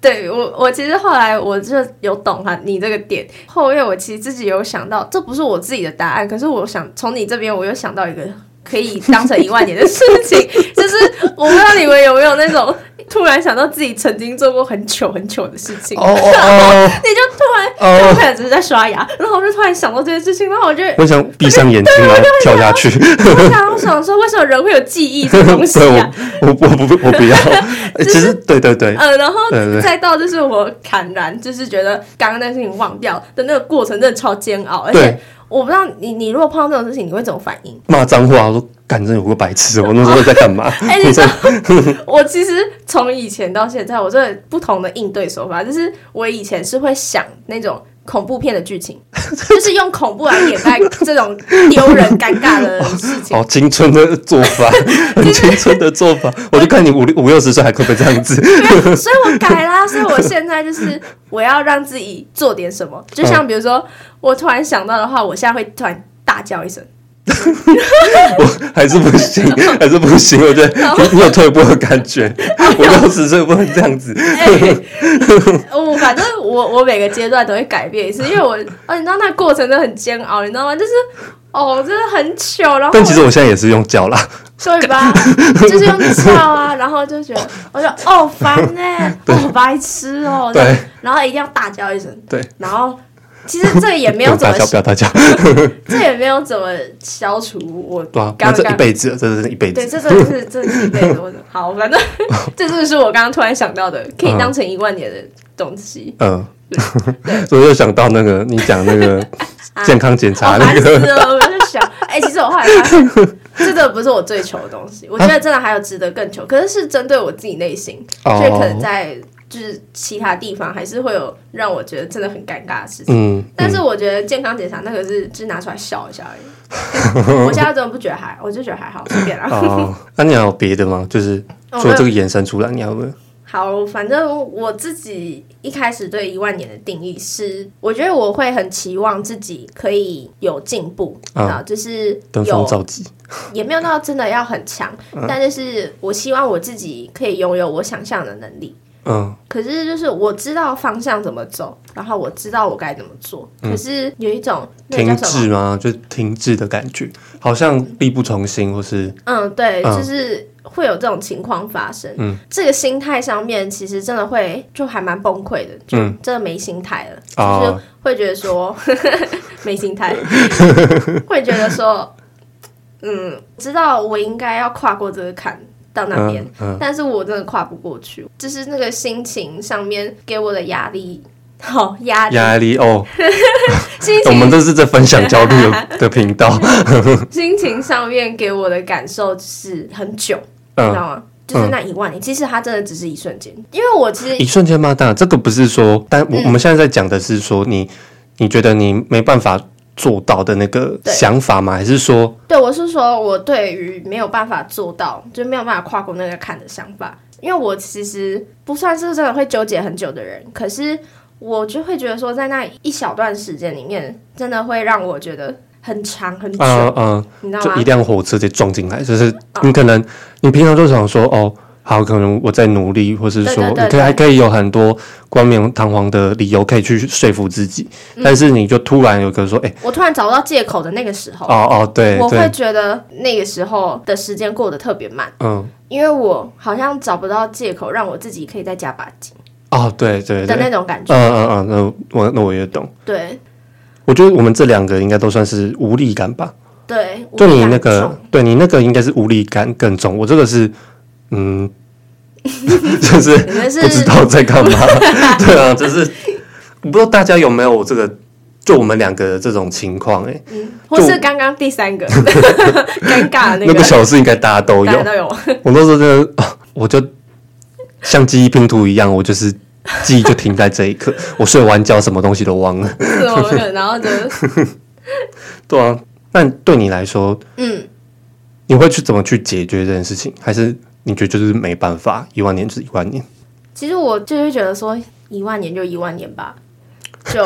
对我，我其实后来我就有懂了你这个点。后面我其实自己有想到，这不是我自己的答案，可是我想从你这边，我又想到一个可以当成一万年的事情， 就是我不知道你们有没有那种突然想到自己曾经做过很糗很糗的事情，哦哦哦你就突然。我哦，可能只是在刷牙，然后我就突然想到这件事情，然后我就我想闭上眼睛然后跳下去，我想我想说，为什么人会有记忆这个 东 西对我啊？我我不我不 要，哎其实对对对，呃，然后对对对再到就是我坦然，就是觉得刚刚那个事情忘掉的那个过程，真的超煎熬。而且对我不知道你，你如果碰到这种事情，你会怎么反 应？骂脏话，我说干，真的有个白痴，哦我那时候在干 嘛？哎、你知道，我其实从以前到现在，我真的不同的应对手法，就是我以前是会想那种。恐怖片的剧情，就是用恐怖来掩盖这种丢人尴尬的事情。好青春的做 法，很青春的做法，我就看你五六五六十岁还可不可以这样 子？所以我改啦，所以我现在就是我要让自己做点什么，就像比如说我突然想到的话，我现在会突然大叫一声，我还是不行，还是不行，我觉得你你有退步的感 觉，五六十岁不能这样子。哎我哦反正我我每个阶段都会改变一次，因为我啊，你知道那过程真的很煎熬，你知道吗？就是哦，真的很糗，然后 但其实我现在也是用脚啦，对吧？就是用叫啊，然后就觉得我就哦烦呢、哦白痴哦，对然后一定要大叫一声，对，然后其实这也没 有不怎要大么叫，不要大叫，这也没有怎么消除我对啊，刚那这刚一辈子，这是一辈对，子。这真的是这是一辈子。我好，反正这真的是我刚刚突然想到的，可以当成一万年的东西。嗯， 所以我就想到那个你讲那 个啊健康检查好那哦烦死个，了，我就想，哎、其实我后来发现，这真的不是我最求的东西。我觉啊得真的还有值得更求，可是是针对我自己内心，所以可能哦，在就是其他地方还是会有让我觉得真的很尴尬的事情。嗯，但是我觉得健康检查那个是，就是拿出来笑一下而已。 我现在真的不觉得还，我就觉得还好，随便啦。哦，那你还有别的吗？就是哦除了这个延伸出来，你还有没有？好，反正我自己一开始对一万年的定义是，我觉得我会很期望自己可以有进步啊啊，就是登峰有造极，也没有啊到真的要很强，但就是我希望我自己可以拥有我想象的能力。嗯，可是就是我知道方向怎么走，然后我知道我该怎么做，可是有一种那个嗯停叫什滞么？吗？就停滞的感觉，好像力不从心，或是嗯，对，嗯就是会有这种情况发生。嗯，这个心态上面其实真的会就还蛮崩溃的，就嗯真的没心态了，就是啊，会觉得说 没心 态，会觉得说，嗯，知道我应该要跨过这个坎到那边，嗯嗯，但是我真的跨不过去，就是那个心情上面给我的压力，好、压力，压力哦，心我们情都是在分享焦虑的的频道， 心情上面给我的感受就是很久，你知嗯，道吗？就是那一万年，其实它真的只是一瞬间，因为我其实一瞬间嘛，当然这个不是说，但我嗯我们现在在讲的是说你你觉得你没办法做到的那个对想法吗？还是说对，我是说，我对于没有办法做到，就没有办法跨过那个坎的想法，因为我其实不算是真的会纠结很久的人，可是我就会觉得说，在那一小段时间里面，真的会让我觉得很长很久，嗯嗯，你知道就吗一？辆火车直接撞进来，就是啊你可能你平常就想说哦。好，可能我在努力，或是说对对对你可以对还可以有很多冠冕堂皇的理由可以去说服自己，嗯但是你就突然有个说，哎、我突然找不到借口的那个时候，哦哦，对我会对，觉得那个时候的时间过得特别慢，嗯，因为我好像找不到借口让我自己可以再加把劲哦对对的对，那嗯种感觉。嗯嗯，那我那我也懂。对我觉得我们这两个应该都算是无力感吧，对，就无力你感那很个重，对你那个应该是无力感更重，我这个是，嗯， 就是你们是不知道在干 嘛。对啊，就是我不知道大家有没有我这个，就我们两个的这种情况哎、欸或是刚刚第三个 尴尬的那那个个，小事应该大家都有大。家都有。我那时候真的，啊我就像记忆拼图一样，我就是记忆就停在这一 刻，我睡完觉什么东西都忘了。是哦我们，然后就对啊，但对你来说，嗯，你会去怎么去解决这件事情？还是你觉得就是没办法，一万年就是一万年？其实我就是觉得说一万年就一万年吧，就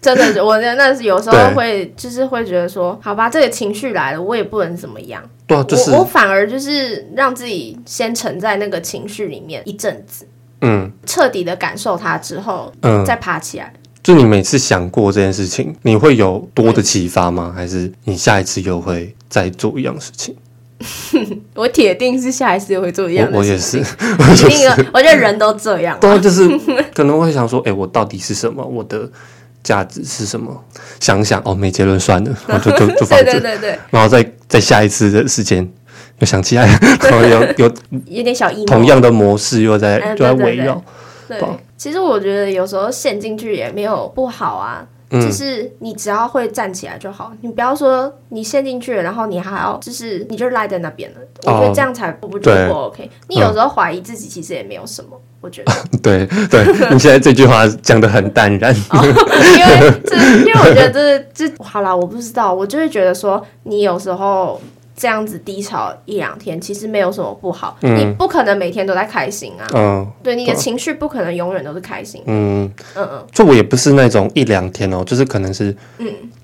真的我那那有时候对会就是会觉得说，好吧，这个情绪来了，我也不能怎么样，对啊，就是我我反而就是让自己先沉在那个情绪里面一阵子，嗯彻底的感受它之后，嗯，再爬起来。就你每次想过这件事情，你会有多的启发吗？还是你下一次又会再做一样事情？我铁定是下一次会做一样我的我也是事情，，一定有。我觉得人都这样，对啊， 就是可能会想说，哎、我到底是什么？我的价值是什么？想想哦，没结论算 了，然后就就 就放对着，对对对，然后再再下一次的时间又想起来， 然后又有有点小 emo。同样的模式又在、嗯就在对对围对绕，对吧，其实我觉得有时候陷进去也没有不好啊，就嗯是你只要会站起来就好，你不要说你陷进去了，然后你还要就是你就赖在那边了，我觉得哦这样才我不觉得对不 OK。你有时候怀疑自己其实也没有什么，我觉 对得，对， 你现在这句话讲的很淡然，因为这因为我觉得这这好啦，我不知道，我就会觉得说你有时候。这样子低潮一两天，其实没有什么不好。嗯你不可能每天都在开心啊，嗯对，你的对情绪不可能永远都是开心。嗯。嗯嗯，就我也不是那种一两天哦，就是可能是，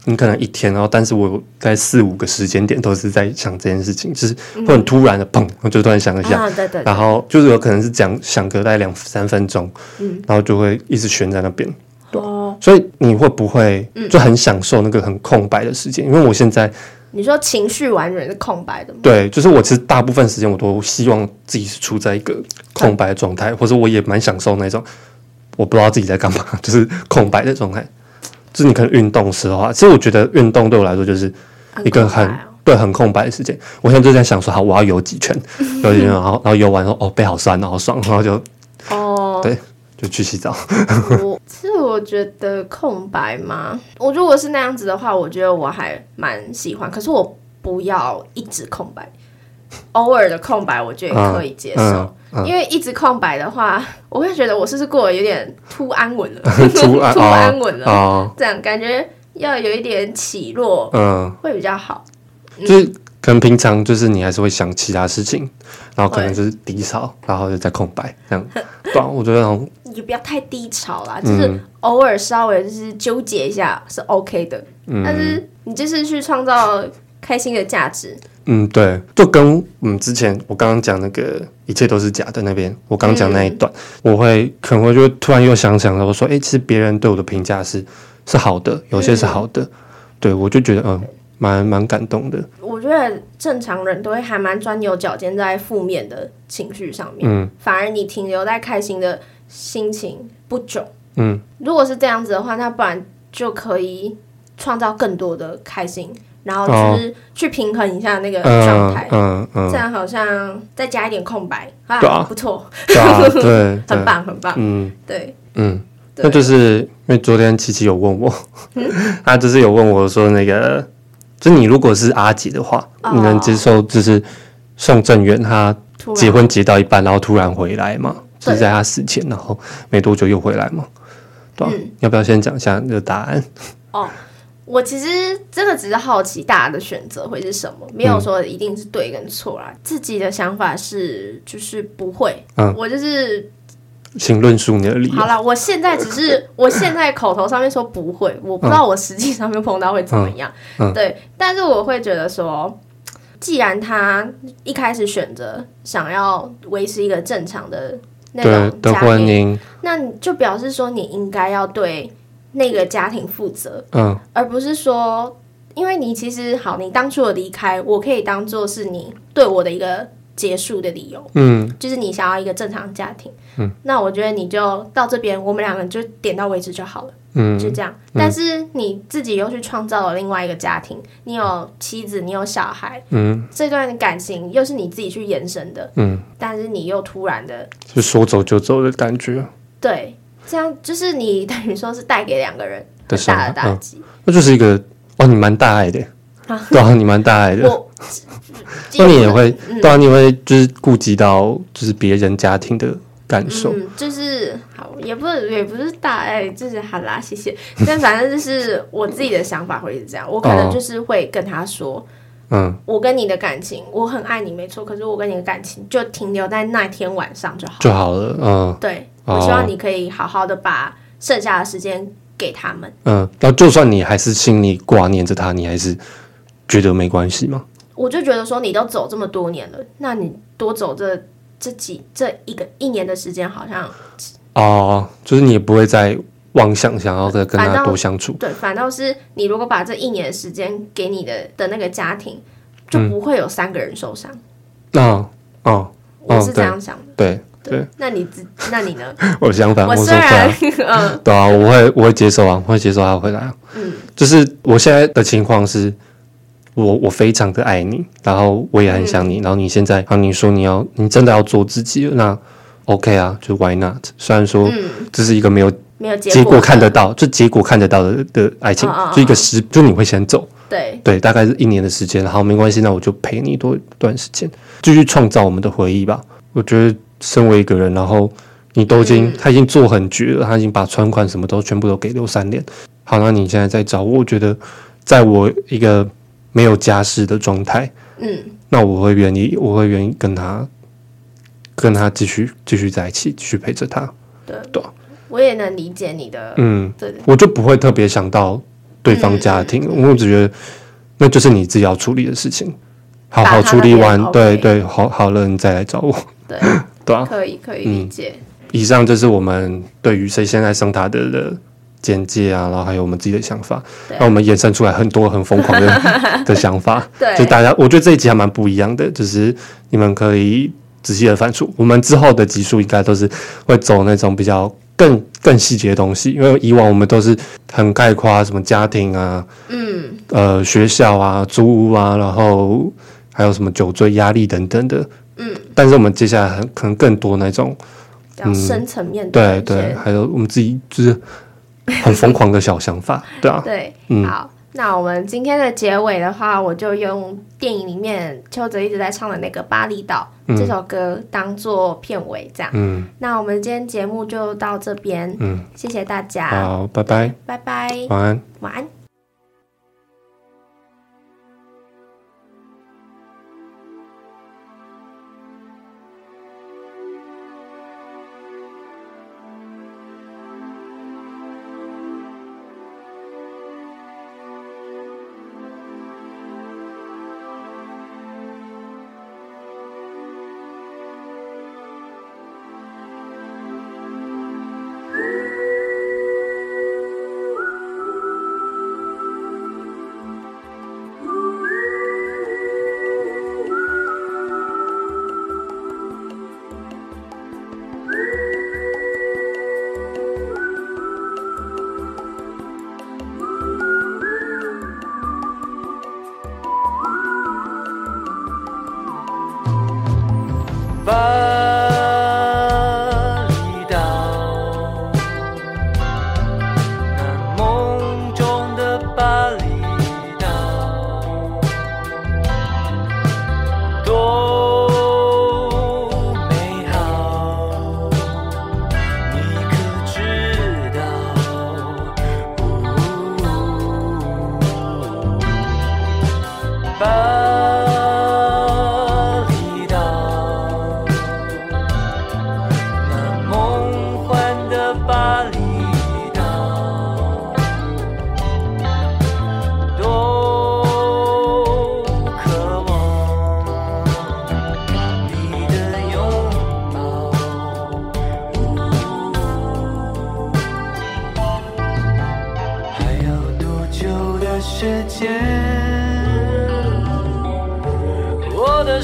你可能一天，然哦后但是我有在四五个时间点都是在想这件事情，就是会很突然的砰，我就突然想一下，嗯啊，对对对然后就是有可能是讲想个大概两三分钟，嗯然后就会一直悬在那边。哦，嗯所以你会不会就很享受那个很空白的时间？因为我现在你说情绪完全是空白的吗？对，就是我其实大部分时间我都希望自己是处在一个空白的状态，或者我也蛮享受那种我不知道自己在干嘛， 就是空白的状态。就是你可能运动时候啊，其实我觉得运动对我来说就是一个很、空白哦对很空白的时间。我现在就在想说，好，我要游几圈， 游几圈，然后然后游完说，哦，背好酸，然后爽，然后就哦，对就去洗澡。 我是我觉得空白吗？我如果是那样子的话，我觉得我还蛮喜欢，可是我不要一直空白，偶尔的空白我觉得也可以接受。嗯因为一直空白的话，我会觉得我是不是过得有点突安稳 了，嗯出 来突安稳了，哦，这样感觉要有一点起落哦嗯。会比较好。就是可能平常就是你还是会想其他事情，然后可能就是低潮，然后就在空白这样。对、啊，我觉得好像也不要太低潮啦，嗯就是偶嗯尔稍微就是纠结一下是 OK 的，但是你就是去创造开心的价值。嗯，对，就跟嗯之前我刚刚讲那个一切都是假的那边，我刚讲那嗯一段，我会可能我就会突然又想想了，我说，哎、其实别人对我的评价是是好的，有些是好的，嗯对我就觉得嗯，蛮蛮感动的，我觉得正常人都会还蛮钻牛角尖在负面的情绪上面，嗯反而你停留在开心的心情不久，嗯，如果是这样子的话，那不然就可以创造更多的开心，然后就是去平衡一下那个状哦嗯态，嗯嗯这，样好像再加一点空白啊，对啊不错，对啊， 对，对很，棒，很棒，嗯对，嗯。对嗯那就是因为昨天琪琪有问我， 他就是有问我说那个，就你如果是阿吉的话，哦你能接受就是宋正元他突然结婚结到一半，然后突然回来嘛，就对是在他死前，然后没多久又回来嘛，对、啊嗯要不要先讲一下那个答案？我其实真的只是好奇大家的选择会是什么，没嗯有说一定是对跟错啦。自己的想法是就是不会，嗯我就是请论述你的理由好。了。我现在只是我现在口头上面说不会，我不知道我实际上面碰到会怎么样。嗯嗯嗯对，但是我会觉得说，既然他一开始选择想要维持一个正常的那对种的家婚庭，姻，那你就表示说你应该要对那个家庭负责。嗯而不是说，因为你其实好，你当初的离开，我可以当做是你对我的一个结束的理由，嗯就是你想要一个正常家庭。嗯，那我觉得你就到这边，我们两个就点到为止就好了，就嗯这样。但是你自己又去创造了另外一个家庭，你有妻子，你有小孩，嗯这段感情又是你自己去延伸的，嗯，但是你又突然的就说走就走的感觉对，这样就是你等于说是带给两个人的很伤大害的，打嗯，击。那就是一个哦，你蛮大爱的，对啊，你蛮大爱的，我，那你也会，嗯对啊，你会就是顾及到就是别人家庭的感受，嗯，就是好，也不是也不是大爱，就是好啦，谢谢。 但反正就是我自己的想法会是这样，我可能哦就是会跟他说，嗯我跟你的感情，我很爱你没错，可是我跟你的感情就停留在那天晚上就好。就好了，嗯对，哦我希望你可以好好的把剩下的时间给他们。嗯，然后就算你还是心里挂念着他，你还是觉得没关系吗？我就觉得说，你都走这么多年了，那你多走这这几这一个一年的时间，好像哦，就是你也不会再妄想想要再跟反他倒多相处，对，反倒是你如果把这一年的时间给你的的那个家庭，就不会有三个人受伤。那哦哦我是这对样想的。对，对，那你自那你 呢？我的想法，我说虽对然 嗯啊，对啊，我会我会接受啊，我会接受他回来啊。就是我现在的情况是，我我非常的爱你，然后我也很想嗯你，然后你现在啊，你说你要你真的要做自己了，那 OK 啊，就 Why not？虽然说这是一个没有没嗯有结结果看得的，到，就结果看得到的的爱情哦哦哦，就一个时，就你会先走，对，对，大概是一年的时间，好，没关系，那我就陪你多一段时间，继续创造我们的回忆吧。我觉得身为一个人，然后你都已经、他已经做很绝了，他已经把存款什么都全部都给六三连。好，那你现在再找我，我觉得在我一个没有家室的状态，嗯，那我会愿意，我会愿意跟他跟他继续继续在一起，继续陪着他。对，对啊我也能理解你的，嗯，对对，我就不会特别想到对方家庭，我只觉得那就是你自己要处理的事情，好好处理完，把它对变 OK 对，好好了，你再来找我，对， 对啊。可以可以理解，以上就是我们对于谁先爱上他的的简介啊，然后还有我们自己的想法，对那我们衍生出来很多很疯狂 的的想法，对就大家，我觉得这一集还蛮不一样的，就是你们可以仔细的反刍。我们之后的集数应该都是会走那种比较更更细节的东西，因为以往我们都是很概括啊，什么家庭啊，嗯，呃，学校啊，租屋啊，然后还有什么酒醉压力等等的。嗯，但是我们接下来很可能更多那种，比较深层面对嗯对对，还有我们自己就是很疯狂的小想法，对啊， 对，嗯好。那我们今天的结尾的话，我就用电影里面邱泽一直在唱的那个《巴厘岛》这首歌当做片尾，这样。嗯，那我们今天节目就到这边，嗯，谢谢大家，好，拜拜，拜拜，晚安。晚安。 Thank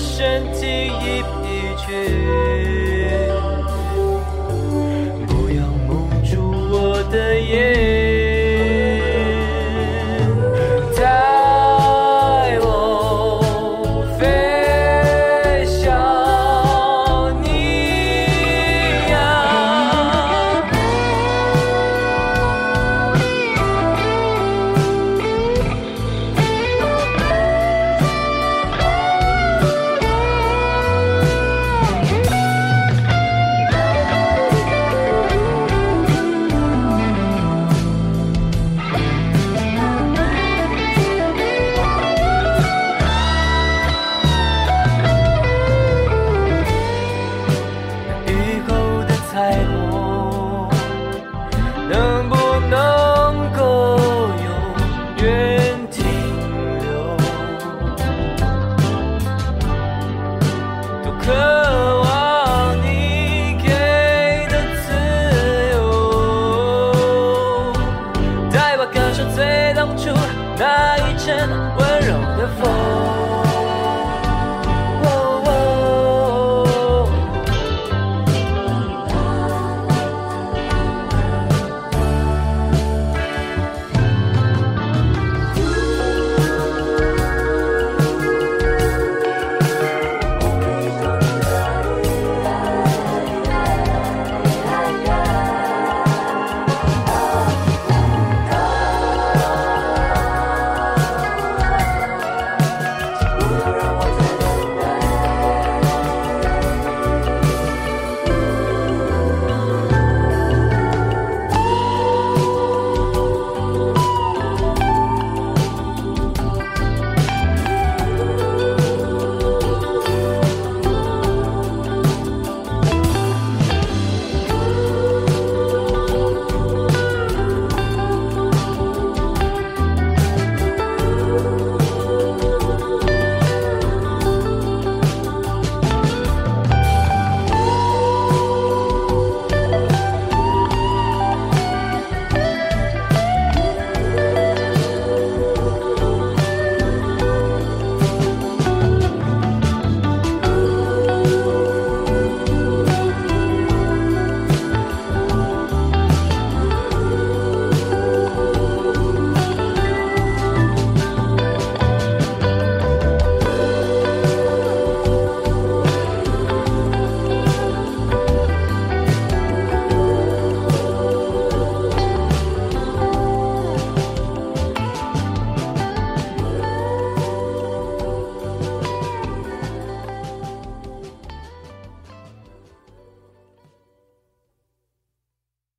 身体已疲倦。不要蒙住我的眼。啊